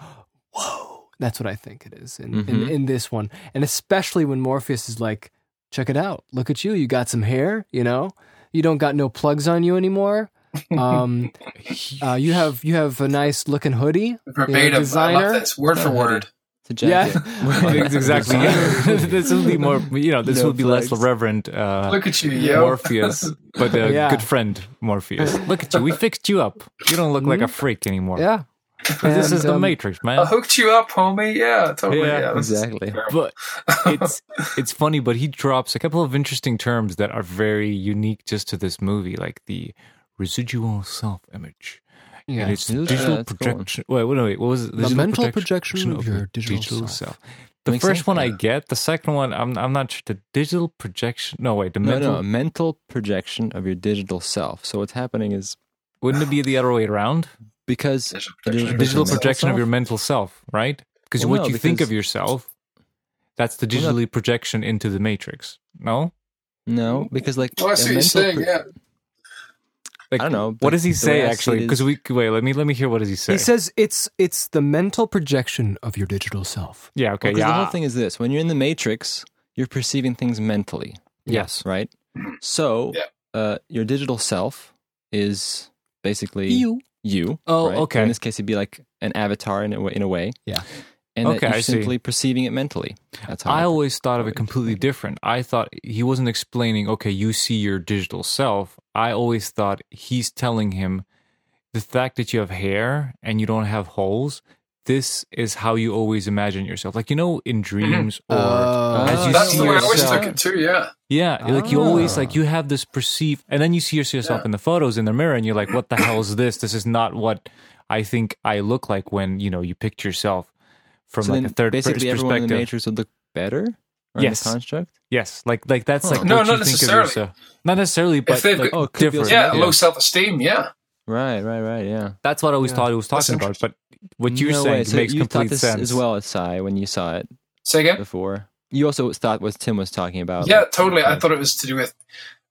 Speaker 1: whoa, that's what I think it is in in,
Speaker 2: Mhm.
Speaker 1: in this one, and especially when Morpheus is like, check it out, look at you, you got some hair, you know, you don't got no plugs on you anymore. Um, uh, you have you have a nice looking hoodie.
Speaker 4: Verbatim. I
Speaker 1: designer.
Speaker 4: love this. Word for word.
Speaker 2: It's a jacket.
Speaker 3: Ex- exactly. yeah. this will be more. You know, this
Speaker 2: No
Speaker 3: will be less
Speaker 2: flags.
Speaker 3: reverent. Uh,
Speaker 4: Look at you, yo.
Speaker 3: Morpheus, but uh, a
Speaker 1: Yeah.
Speaker 3: Hmm? good friend Morpheus. Look at you. We fixed you up. You don't look like a freak anymore.
Speaker 1: Yeah.
Speaker 3: this
Speaker 2: And,
Speaker 3: is the
Speaker 2: um,
Speaker 3: Matrix, man.
Speaker 4: I hooked you up, homie. Yeah, totally.
Speaker 3: Yeah,
Speaker 4: Yeah, this is
Speaker 2: exactly.
Speaker 4: terrible.
Speaker 3: But it's it's funny, but he drops a couple of interesting terms that are very unique just to this movie, like the residual self image.
Speaker 1: Yeah.
Speaker 3: and it's
Speaker 2: Yeah,
Speaker 3: digital
Speaker 2: that's a good one.
Speaker 3: projection. Wait, wait, wait. What was it?
Speaker 1: The mental projection of your digital self.
Speaker 3: The
Speaker 2: Makes
Speaker 3: first
Speaker 2: sense,
Speaker 3: one I
Speaker 2: yeah.
Speaker 3: get. The second one, I'm I'm not sure. The digital projection. No, wait. The
Speaker 2: No, um,
Speaker 3: mental.
Speaker 2: no, mental projection of your digital self. So what's happening is
Speaker 3: Wouldn't it be the other way around?
Speaker 2: because
Speaker 4: Digital
Speaker 2: Digital
Speaker 4: projection.
Speaker 3: digital
Speaker 2: Mental
Speaker 3: projection of
Speaker 2: self?
Speaker 3: your mental self, right? Because
Speaker 2: Well, no,
Speaker 3: what you think
Speaker 2: because-
Speaker 3: of yourself, that's the
Speaker 2: Well, no.
Speaker 3: digitally projection into the matrix. No,
Speaker 2: no, because like
Speaker 4: Oh, I
Speaker 2: a
Speaker 4: see what you're
Speaker 2: mental
Speaker 4: saying.
Speaker 2: pro-
Speaker 4: yeah,
Speaker 3: like,
Speaker 2: I don't know, but
Speaker 3: What does he
Speaker 2: the way
Speaker 3: say
Speaker 2: I see
Speaker 3: actually?
Speaker 2: it
Speaker 3: Because
Speaker 2: is-
Speaker 3: we wait. Let me let me hear. What does he say?
Speaker 1: He says it's it's the mental projection of your digital self.
Speaker 3: yeah. Okay.
Speaker 2: Because
Speaker 3: yeah.
Speaker 2: the whole thing is this: when you're in the matrix, you're perceiving things mentally,
Speaker 3: yes.
Speaker 2: right? So
Speaker 4: Yeah.
Speaker 2: uh, your digital self is basically you,
Speaker 3: Oh,
Speaker 2: right?
Speaker 3: okay.
Speaker 2: In this case, it'd be like an avatar in a way. In a way.
Speaker 1: Yeah.
Speaker 2: And
Speaker 3: Okay,
Speaker 2: that
Speaker 3: I
Speaker 2: you're
Speaker 3: see.
Speaker 2: simply perceiving it mentally. That's how
Speaker 3: I
Speaker 2: I-
Speaker 3: always thought of
Speaker 2: how
Speaker 3: it
Speaker 2: I
Speaker 3: completely
Speaker 2: explain
Speaker 3: different. I thought he wasn't explaining, okay, you see your digital self. I always thought he's telling him the fact that you have hair and you don't have holes, this is how you always imagine yourself. Like, you know, in dreams or
Speaker 1: Oh.
Speaker 3: as you
Speaker 4: that's
Speaker 3: see
Speaker 4: the way I always
Speaker 3: yourself.
Speaker 4: took it too. Yeah,
Speaker 3: Yeah, like you always like
Speaker 1: Ah.
Speaker 3: you have this perceived, and then you see yourself
Speaker 4: Yeah.
Speaker 3: in the photos in the mirror, and you're like, "What the hell is this? This is not what I think I look like when you know you picture yourself from
Speaker 2: So
Speaker 3: like a
Speaker 2: then
Speaker 3: third person
Speaker 2: basically everyone in the
Speaker 3: perspective."
Speaker 2: matrix would look better. Or
Speaker 3: Yes.
Speaker 2: In the construct.
Speaker 3: Yes, like like that's
Speaker 2: Huh.
Speaker 3: like
Speaker 4: No,
Speaker 3: what
Speaker 4: not
Speaker 3: you think of
Speaker 4: necessarily.
Speaker 3: yourself. Not necessarily, but
Speaker 4: they've
Speaker 3: like
Speaker 4: got-
Speaker 2: Oh, it could be
Speaker 3: different.
Speaker 2: also-
Speaker 4: yeah,
Speaker 2: Yeah.
Speaker 4: low self esteem. Yeah,
Speaker 2: Right, right, right. Yeah.
Speaker 3: That's what I always
Speaker 1: Yeah.
Speaker 3: thought he was
Speaker 4: That's
Speaker 3: talking about. But what you're
Speaker 2: No way.
Speaker 3: saying
Speaker 2: So
Speaker 3: makes
Speaker 2: you thought
Speaker 3: complete
Speaker 2: this
Speaker 3: sense.
Speaker 2: as well as Sai when you saw it
Speaker 4: say again.
Speaker 2: before. You also thought what Tim was talking about.
Speaker 4: Yeah,
Speaker 2: like-
Speaker 4: totally. I thought it was to do with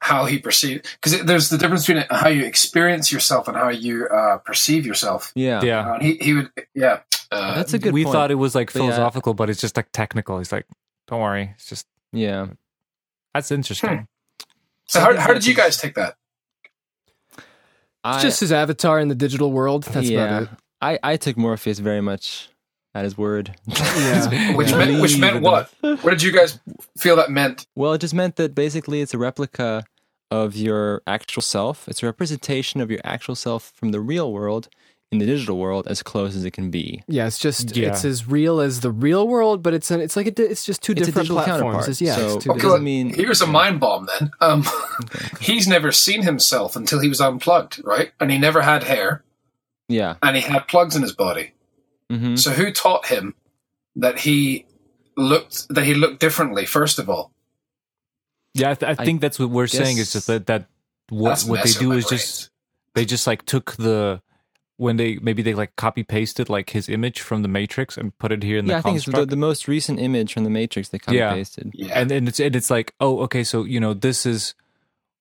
Speaker 4: how he perceived because there's the difference between how you experience yourself and how you uh, perceive yourself.
Speaker 2: Yeah.
Speaker 3: Yeah,
Speaker 4: Uh, he he would yeah. Uh,
Speaker 2: That's a good
Speaker 3: we
Speaker 2: point.
Speaker 3: thought it was like
Speaker 2: But yeah.
Speaker 3: philosophical, but it's just like technical. He's like, "Don't worry, it's just
Speaker 2: Yeah.
Speaker 3: that's interesting."
Speaker 2: Hmm.
Speaker 4: so how, how did you guys take that?
Speaker 1: It's just his avatar in the digital world. That's about it.
Speaker 2: I, I took Morpheus very much at his word.
Speaker 1: Yeah.
Speaker 4: Which
Speaker 1: Yeah.
Speaker 4: meant which meant what? What did you guys feel that meant?
Speaker 2: Well, it just meant that basically it's a replica of your actual self. It's a representation of your actual self from the real world in the digital world as close as it can be.
Speaker 1: Yeah, it's just
Speaker 3: Yeah.
Speaker 1: it's as real as the real world, but it's an, it's like a, di- it's just two
Speaker 2: It's a
Speaker 1: different
Speaker 2: digital
Speaker 1: platforms.
Speaker 2: counterpart,
Speaker 1: It's, yeah,
Speaker 2: so-
Speaker 1: it's two
Speaker 2: It
Speaker 4: Okay,
Speaker 1: different-
Speaker 2: doesn't mean-
Speaker 4: here's a mind bomb. Then um, he's never seen himself until he was unplugged, right? And he never had hair,
Speaker 2: Yeah.
Speaker 4: and he had plugs in his body.
Speaker 2: hmm
Speaker 4: So who taught him that he looked that he looked differently? First of all,
Speaker 3: Yeah, I, th- I
Speaker 2: I
Speaker 3: think that's what we're saying is
Speaker 2: guess-
Speaker 3: just that that what
Speaker 4: That's
Speaker 3: what they
Speaker 4: messing
Speaker 3: do
Speaker 4: with
Speaker 3: is
Speaker 4: my
Speaker 3: just they just like took the when they maybe they like copy pasted like his image from the Matrix and put it here in
Speaker 2: Yeah,
Speaker 3: the
Speaker 2: I think it's
Speaker 3: construct.
Speaker 2: the, the most recent image from the Matrix they copy
Speaker 3: Yeah.
Speaker 2: pasted.
Speaker 4: yeah,
Speaker 3: and and it's and it's like oh okay so you know this is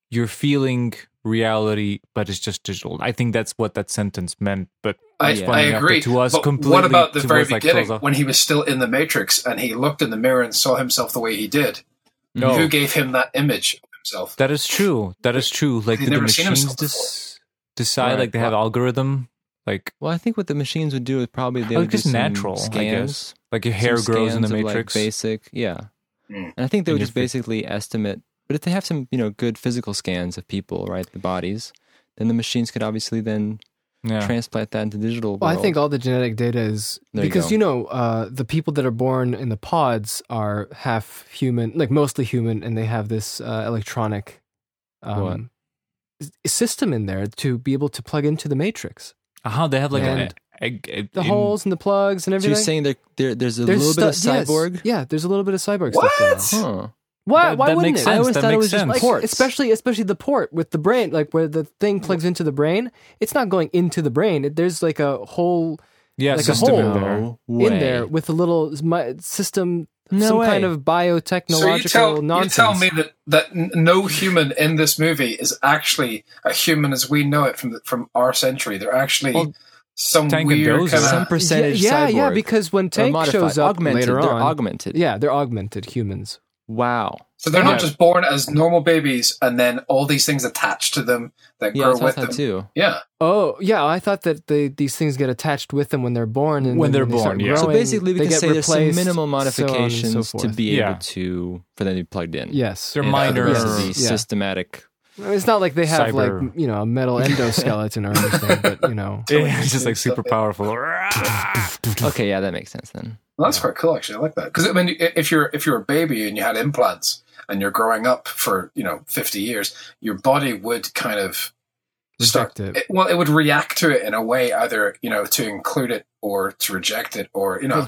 Speaker 3: you're feeling reality but it's just digital. I think that's what that sentence meant, but
Speaker 4: I,
Speaker 2: Yeah.
Speaker 4: I
Speaker 3: funny enough,
Speaker 4: agree.
Speaker 3: but to us
Speaker 4: but
Speaker 3: completely-
Speaker 4: what about the
Speaker 3: to
Speaker 4: very
Speaker 3: us, like,
Speaker 4: beginning
Speaker 3: close up-
Speaker 4: when he was still in the Matrix and he looked in the mirror and saw himself the way he did?
Speaker 2: Mm-hmm.
Speaker 3: No.
Speaker 4: Who gave him that image of himself?
Speaker 3: that is true. That is true. Like
Speaker 4: He's
Speaker 3: did the
Speaker 4: never seen
Speaker 3: machines
Speaker 4: himself
Speaker 3: dis- decide
Speaker 2: Right.
Speaker 3: like they have algorithm like
Speaker 2: Well, I think what the machines would do is probably they
Speaker 3: Oh,
Speaker 2: would do
Speaker 3: just
Speaker 2: some
Speaker 3: natural, I
Speaker 2: scans,
Speaker 3: guess. like your
Speaker 2: some
Speaker 3: hair grows in the
Speaker 2: scans of, like,
Speaker 3: Matrix.
Speaker 2: basic, yeah.
Speaker 4: Mm.
Speaker 1: Hmm.
Speaker 2: And I think they
Speaker 3: And
Speaker 2: would just
Speaker 3: your fi-
Speaker 2: basically estimate. But if they have some, you know, good physical scans of people, right, the bodies, then the machines could obviously then
Speaker 3: yeah.
Speaker 2: transplant that into digital.
Speaker 1: Well, I
Speaker 2: world.
Speaker 1: think all the genetic data is
Speaker 2: There you
Speaker 1: because
Speaker 2: go.
Speaker 1: you, know uh, the people that are born in the pods are half human, like mostly human, and they have this uh, electronic
Speaker 2: What?
Speaker 1: um, s- system in there to be able to plug into the matrix.
Speaker 3: Uh-huh, they have like
Speaker 1: And
Speaker 3: a, a, a-
Speaker 1: The
Speaker 3: in-
Speaker 1: holes and the plugs and
Speaker 2: So you're
Speaker 1: everything.
Speaker 2: saying there, there there's a
Speaker 1: There's
Speaker 2: little
Speaker 1: stu-
Speaker 2: bit
Speaker 1: yes.
Speaker 2: of cyborg.
Speaker 1: Yeah, there's a little bit of cyborg
Speaker 4: What?
Speaker 1: stuff. Going on.
Speaker 2: Huh.
Speaker 1: Why?
Speaker 3: That-
Speaker 1: why
Speaker 3: that
Speaker 1: wouldn't
Speaker 3: makes
Speaker 1: it?
Speaker 3: sense.
Speaker 2: I always
Speaker 3: that
Speaker 2: thought it
Speaker 3: makes
Speaker 2: was just
Speaker 3: sense.
Speaker 1: Like,
Speaker 2: ports.
Speaker 1: especially especially the port with the brain, like where the thing plugs into the brain. It's not going into the brain. It, there's like a whole
Speaker 3: yeah,
Speaker 1: like a
Speaker 3: system
Speaker 1: hole.
Speaker 3: in there.
Speaker 2: No way.
Speaker 1: in there with a little s- mi- system,
Speaker 2: No
Speaker 1: some kind
Speaker 2: way.
Speaker 1: of biotechnological
Speaker 4: So you tell, you
Speaker 1: nonsense.
Speaker 4: tell me that, that n- no human in this movie is actually a human as we know it from the, from our century. They're actually
Speaker 3: Well,
Speaker 4: some
Speaker 3: Tank and
Speaker 4: weird
Speaker 3: Doze is
Speaker 2: some
Speaker 4: kind of.
Speaker 2: percentage.
Speaker 1: yeah, yeah,
Speaker 2: cyborg
Speaker 1: yeah, because when
Speaker 2: or
Speaker 1: Tank
Speaker 2: modified,
Speaker 1: shows up
Speaker 2: augmented,
Speaker 1: later
Speaker 2: they're
Speaker 1: on,
Speaker 2: augmented.
Speaker 1: yeah, they're augmented humans.
Speaker 2: Wow.
Speaker 4: So they're not
Speaker 3: Yeah.
Speaker 4: just born as normal babies and then all these things attached to them that
Speaker 2: Yeah,
Speaker 4: grow
Speaker 2: that's what I
Speaker 4: with
Speaker 2: thought
Speaker 4: them.
Speaker 2: too.
Speaker 4: Yeah,
Speaker 1: Oh yeah, I thought that they, these things get attached with them when they're born. And
Speaker 3: When
Speaker 1: then
Speaker 3: they're
Speaker 1: they start
Speaker 3: born, yeah. So
Speaker 2: So
Speaker 1: growing,
Speaker 2: basically, we
Speaker 1: they
Speaker 2: can
Speaker 1: get
Speaker 2: say there's some
Speaker 1: replaced,
Speaker 2: minimal
Speaker 1: so on and so
Speaker 2: modifications to
Speaker 1: forth.
Speaker 2: be
Speaker 3: Yeah.
Speaker 2: able to for them to be plugged in.
Speaker 1: Yes,
Speaker 3: They're
Speaker 2: And for the
Speaker 3: minor.
Speaker 2: rest of the
Speaker 1: Yes. Yeah.
Speaker 2: systematic
Speaker 1: I mean, it's not like they have
Speaker 3: Cyber-
Speaker 1: like you know a metal endoskeleton or anything, but you know.
Speaker 3: Yeah, it's just like super
Speaker 4: Okay.
Speaker 3: powerful.
Speaker 2: Okay, yeah, that makes sense then.
Speaker 4: Well, that's quite cool, actually. I like that because I mean, i- if you're if you're a baby and you had implants and you're growing up for you know fifty years, your body would kind of start.
Speaker 1: Reject it.
Speaker 4: well, it would react to it in a way, either you know to include it or to reject it, or you know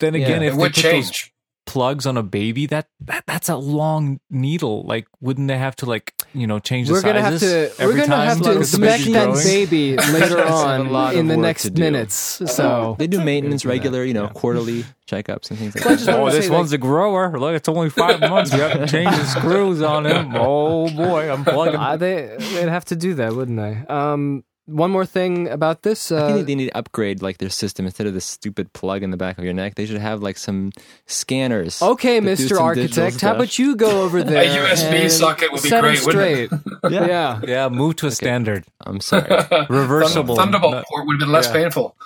Speaker 3: Then
Speaker 2: Yeah.
Speaker 3: again,
Speaker 4: it
Speaker 3: if they
Speaker 4: would
Speaker 3: put those
Speaker 4: change.
Speaker 3: plugs on a baby, that, that that's a long needle. Like, wouldn't they have to like you know change the
Speaker 1: We're gonna have
Speaker 3: sizes
Speaker 1: to we're
Speaker 3: every
Speaker 1: gonna
Speaker 3: time
Speaker 1: have to
Speaker 3: as the
Speaker 1: inspect
Speaker 3: baby's
Speaker 1: that
Speaker 3: growing?
Speaker 1: baby later
Speaker 2: That's a
Speaker 1: on
Speaker 2: lot of
Speaker 1: in the
Speaker 2: work
Speaker 1: next
Speaker 2: to do.
Speaker 1: minutes. So
Speaker 2: They do maintenance
Speaker 3: do that,
Speaker 2: regular, you know,
Speaker 3: yeah.
Speaker 2: quarterly checkups and things like
Speaker 1: So I
Speaker 2: that.
Speaker 1: just wanted
Speaker 3: Oh,
Speaker 1: to
Speaker 3: this
Speaker 1: say,
Speaker 3: one's a grower. Look, it's only five months. We have to change the screws on him. Oh boy, I'm plugging.
Speaker 1: I, Ah, they they'd have to do that, wouldn't they? Um, one more thing about this.
Speaker 2: I
Speaker 1: Uh,
Speaker 2: think they need to upgrade like their system instead of this stupid plug in the back of your neck. They should have like some scanners.
Speaker 1: okay,
Speaker 2: to do
Speaker 1: Mister
Speaker 2: some digital
Speaker 1: Architect, how
Speaker 2: stuff.
Speaker 1: about you go over there?
Speaker 4: A USB
Speaker 1: and
Speaker 4: socket would be
Speaker 1: set 'em
Speaker 4: great, wouldn't
Speaker 1: straight. yeah.
Speaker 3: yeah, move to a standard,
Speaker 2: I'm sorry.
Speaker 3: reversible.
Speaker 4: Thunderbolt
Speaker 3: Not-
Speaker 4: port would have been less
Speaker 3: yeah.
Speaker 4: painful.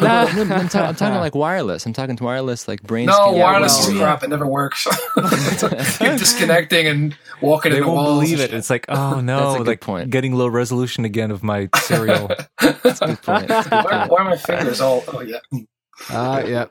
Speaker 2: No, no, no, I'm, ta- I'm talking like wireless. I'm talking to wireless, like brain.
Speaker 4: No,
Speaker 2: scanner.
Speaker 4: wireless
Speaker 1: well,
Speaker 4: is
Speaker 1: yeah.
Speaker 4: crap. It never works. You're disconnecting and walking
Speaker 3: They
Speaker 4: in the
Speaker 3: won't
Speaker 4: walls.
Speaker 3: believe it. It's like, oh no,
Speaker 2: That's a good
Speaker 3: like
Speaker 2: point.
Speaker 3: getting low resolution again of my serial.
Speaker 2: Good point. Good
Speaker 4: Why,
Speaker 2: point.
Speaker 4: why are my fingers all? Oh yeah.
Speaker 1: Uh, yeah.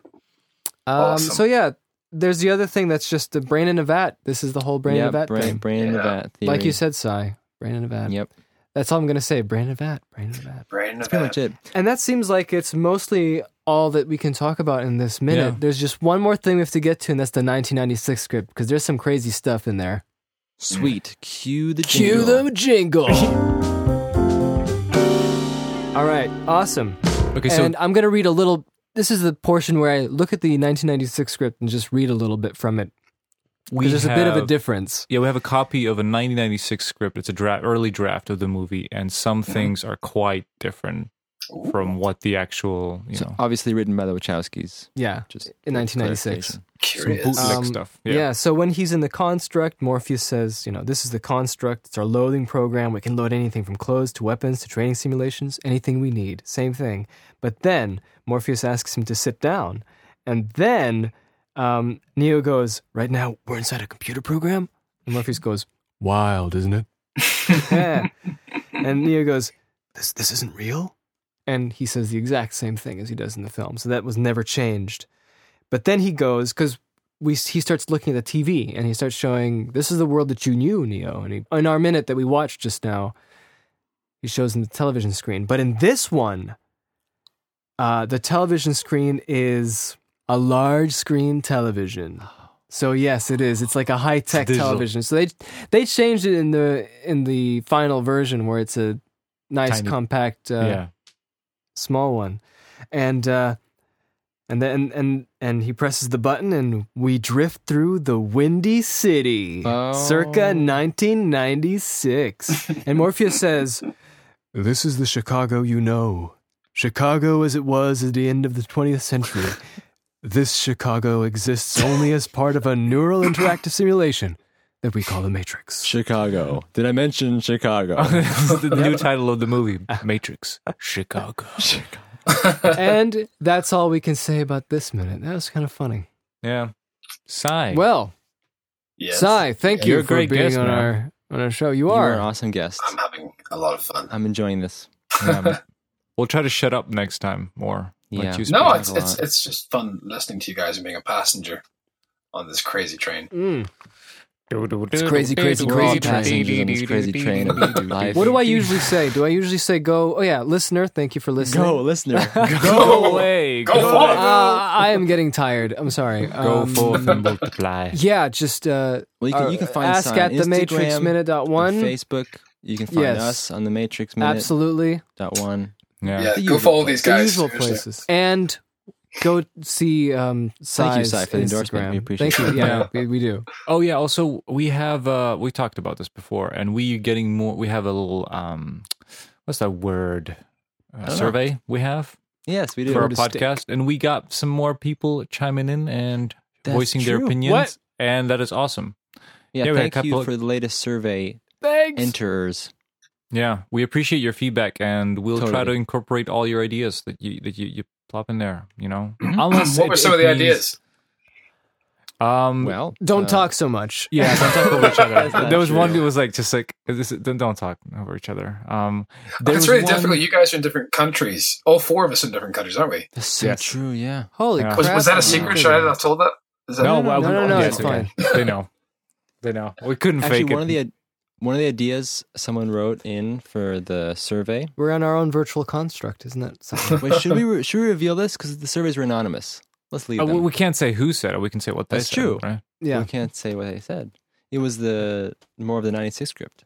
Speaker 1: Um,
Speaker 4: Awesome.
Speaker 1: So yeah, there's the other thing that's just the brain in a vat. This is the whole brain in
Speaker 2: yeah,
Speaker 1: a vat
Speaker 2: brain,
Speaker 1: thing.
Speaker 2: brain in a
Speaker 4: Yeah.
Speaker 2: vat theory.
Speaker 1: Like you said, Cy, brain in a vat.
Speaker 2: Yep,
Speaker 1: That's all I'm gonna say. Brain in a vat. Brain in a vat.
Speaker 4: Brain uh, in a
Speaker 2: that's pretty
Speaker 4: vat.
Speaker 2: much it.
Speaker 1: And that seems like it's mostly all that we can talk about in this minute.
Speaker 3: Yeah.
Speaker 1: There's just one more thing we have to get to, and that's the 1996 script because there's some crazy stuff in there.
Speaker 2: Sweet. Cue the
Speaker 1: Cue
Speaker 2: jingle.
Speaker 1: the jingle. all right, awesome.
Speaker 3: Okay, so
Speaker 1: and I'm gonna read a little. This is the portion where I look at the 1996 script and just read a little bit from it
Speaker 3: we
Speaker 1: because there's a bit of a
Speaker 3: have-
Speaker 1: difference.
Speaker 3: Yeah, we have a copy of a 1996 script. It's a dra- early draft of the movie, and some things are quite different from what the actual you
Speaker 2: So
Speaker 3: know
Speaker 2: obviously written by the Wachowskis.
Speaker 1: Yeah,
Speaker 2: Just
Speaker 1: in
Speaker 2: for
Speaker 1: 1996.
Speaker 2: clarification.
Speaker 3: some
Speaker 4: Curious.
Speaker 3: bootleg
Speaker 1: Um,
Speaker 3: stuff.
Speaker 1: Yeah. so when he's in the construct, Morpheus says, you know, this is the construct. It's our loading program. We can load anything from clothes to weapons to training simulations, anything we need. Same thing. But then Morpheus asks him to sit down. And then um, Neo goes, right now we're inside a computer program? And Morpheus goes, wild, isn't it? Yeah. and Neo goes, this, this isn't real? And he says the exact same thing as he does in the film. So that was never changed. But then he goes, because we he starts looking at the TV and he starts showing this is the world that you knew, Neo. And he, in our minute that we watched just now, he shows him the television screen. But in this one, uh, the television screen is a large screen television. So yes, it is. It's like a high tech
Speaker 3: digital.
Speaker 1: television. So they they changed it in the in the final version where it's a nice
Speaker 3: Tiny.
Speaker 1: compact uh,
Speaker 3: yeah.
Speaker 1: small one, and uh, and then and and he presses the button, and we drift through the windy city, circa
Speaker 2: Oh.
Speaker 1: 1996. and Morpheus says, "This is the Chicago you know, Chicago as it was at the end of the 20th century. This Chicago exists only as part of a neural interactive simulation." That we call the Matrix.
Speaker 2: Chicago. Did I mention Chicago?
Speaker 3: the new title of the movie, Matrix, Chicago.
Speaker 1: and that's all we can say about this minute. That was kind of funny.
Speaker 3: Yeah. Sigh.
Speaker 1: Well,
Speaker 4: Yes.
Speaker 1: Sai, thank you
Speaker 3: You're a
Speaker 1: for
Speaker 3: great
Speaker 1: being
Speaker 3: guest,
Speaker 1: on
Speaker 3: man.
Speaker 1: our on our show. You
Speaker 2: you
Speaker 1: are.
Speaker 2: are an awesome guest.
Speaker 4: I'm having a lot of fun.
Speaker 2: I'm enjoying this.
Speaker 3: Yeah. we'll try to shut up next time more. Like
Speaker 2: Yeah.
Speaker 3: you said.
Speaker 4: No,
Speaker 2: been
Speaker 4: it's
Speaker 2: a lot.
Speaker 4: it's it's just fun listening to you guys and being a passenger on this crazy train.
Speaker 1: Mm. It's crazy, crazy,
Speaker 2: We're all
Speaker 1: crazy
Speaker 2: passengers
Speaker 1: train.
Speaker 2: on this crazy train of life.
Speaker 1: What do I usually say? Do I usually say go? Oh yeah, listener, thank you for listening.
Speaker 2: Go, listener.
Speaker 3: Go away.
Speaker 4: Go
Speaker 3: Go,
Speaker 4: forth.
Speaker 1: Uh, I am getting tired. I'm sorry.
Speaker 3: go
Speaker 1: Um,
Speaker 3: forth and multiply.
Speaker 1: Yeah, just uh,
Speaker 2: Well, you can, you can
Speaker 1: uh,
Speaker 2: find us
Speaker 1: ask
Speaker 2: on
Speaker 1: at the
Speaker 2: Instagram,
Speaker 1: Matrix Minute dot
Speaker 2: on
Speaker 1: one.
Speaker 2: Facebook. You can find
Speaker 1: Yes.
Speaker 2: us on the Matrix Minute
Speaker 1: Absolutely,
Speaker 2: dot one.
Speaker 3: Yeah.
Speaker 4: Yeah,
Speaker 2: The
Speaker 4: go
Speaker 2: usual
Speaker 4: follow
Speaker 2: place-
Speaker 4: these guys.
Speaker 1: the usual
Speaker 4: seriously.
Speaker 1: places, and go see um.
Speaker 2: Thank you,
Speaker 1: Sai's
Speaker 2: Sai, for the endorsement.
Speaker 1: Instagram.
Speaker 2: We appreciate
Speaker 1: Thank you.
Speaker 3: it.
Speaker 1: Yeah, we, we do.
Speaker 3: Oh yeah. Also, we have uh we talked about this before, and we getting more. We have a little um, what's that word? Uh,
Speaker 2: know.
Speaker 3: survey we have
Speaker 2: Yes, we do.
Speaker 3: for our
Speaker 2: Word to stick.
Speaker 3: podcast, and we got some more people chiming in and
Speaker 2: That's
Speaker 3: voicing their
Speaker 2: true.
Speaker 3: opinions,
Speaker 1: What?
Speaker 3: and that is awesome.
Speaker 2: Yeah,
Speaker 3: Yeah, we had a
Speaker 2: thank you
Speaker 3: couple-
Speaker 2: for the latest survey
Speaker 1: Thanks.
Speaker 2: enterers.
Speaker 3: Yeah, we appreciate your feedback, and we'll try to
Speaker 2: Totally.
Speaker 3: incorporate all your ideas that you that you, you plop in there. You know, unless
Speaker 4: Hmm, What
Speaker 3: it-
Speaker 4: were some
Speaker 3: it
Speaker 4: of the
Speaker 3: means-
Speaker 4: ideas?
Speaker 3: Um,
Speaker 2: Well,
Speaker 1: Mm, Don't
Speaker 2: uh,
Speaker 1: talk so much.
Speaker 3: yeah, don't talk over each
Speaker 2: That's
Speaker 3: other.
Speaker 2: not
Speaker 3: There was one
Speaker 2: true.
Speaker 3: dude was like, just like, this, is- don't, don't talk over each other. Um,
Speaker 4: Oh,
Speaker 3: there
Speaker 4: It's
Speaker 3: was
Speaker 4: really
Speaker 3: one-
Speaker 4: difficult. You guys are in different countries. All four of us in different countries, aren't we?
Speaker 2: That's so
Speaker 3: Yes.
Speaker 2: true. Yeah.
Speaker 1: Holy
Speaker 3: Yeah.
Speaker 1: crap.
Speaker 4: Was, was that a
Speaker 1: Yeah.
Speaker 4: secret? Should I not have told that? Is that
Speaker 3: No,
Speaker 1: no,
Speaker 3: well,
Speaker 1: no,
Speaker 3: we-
Speaker 1: no, no,
Speaker 3: yeah,
Speaker 1: it's
Speaker 3: okay. They know. They know. We couldn't
Speaker 2: Actually,
Speaker 3: fake
Speaker 2: one
Speaker 3: it.
Speaker 2: of the id- one of the ideas someone wrote in for the survey.
Speaker 1: We're on our own virtual construct, isn't that something?
Speaker 2: Wait, should we re- should we reveal this? Because the surveys were anonymous. Let's leave
Speaker 3: Uh,
Speaker 2: them.
Speaker 3: we- we can't say who said it. We can say what they
Speaker 2: That's
Speaker 3: said,
Speaker 2: true.
Speaker 3: right?
Speaker 1: yeah.
Speaker 2: We can't say what they said. It was the more of the '96 script.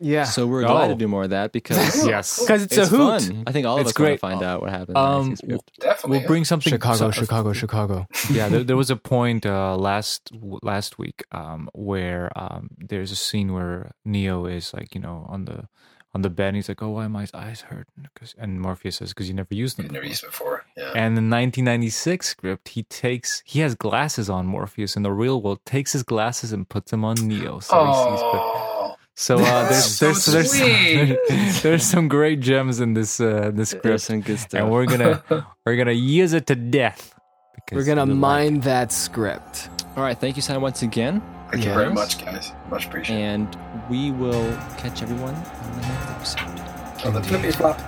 Speaker 1: Yeah.
Speaker 2: So we're glad
Speaker 3: Oh.
Speaker 2: to do more of that because
Speaker 4: Yeah.
Speaker 3: Yes.
Speaker 1: Because it's, a hoot.
Speaker 2: fun. I think all of
Speaker 3: It's
Speaker 2: us want to
Speaker 3: great.
Speaker 2: find out what happened. in
Speaker 3: Um,
Speaker 2: the 96 script.
Speaker 4: definitely.
Speaker 3: We'll bring something
Speaker 1: Chicago,
Speaker 3: so-
Speaker 1: Chicago, Chicago.
Speaker 3: yeah, there, there was a point uh, last last week um, where um, there's a scene where Neo is like, you know, on the on the bed. And he's like, "Oh, why are my eyes hurt?" 'Cause- and Morpheus says, "Because you never used them."
Speaker 4: I've never
Speaker 3: before."
Speaker 4: used it before. Yeah.
Speaker 3: And the 1996 script, he takes he has glasses on Morpheus in the real world, takes his glasses and puts them on Neo. So he sees. But,
Speaker 4: oh,
Speaker 3: so uh, there's
Speaker 4: That's
Speaker 3: there's
Speaker 4: so
Speaker 3: there's,
Speaker 4: sweet.
Speaker 3: there's some great gems in this uh,
Speaker 2: There's
Speaker 3: this script,
Speaker 2: some good stuff.
Speaker 3: and we're gonna we're gonna use it to death.
Speaker 1: We're
Speaker 3: because
Speaker 1: going to
Speaker 3: we like
Speaker 1: mine that script.
Speaker 2: All right, thank you, Sam, once again,
Speaker 4: thank you very
Speaker 1: Yes.
Speaker 4: much, guys. Much appreciated.
Speaker 2: and we will catch everyone on the next episode.
Speaker 4: On the flippy flop.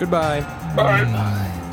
Speaker 2: Goodbye.
Speaker 4: Bye.
Speaker 1: Mine.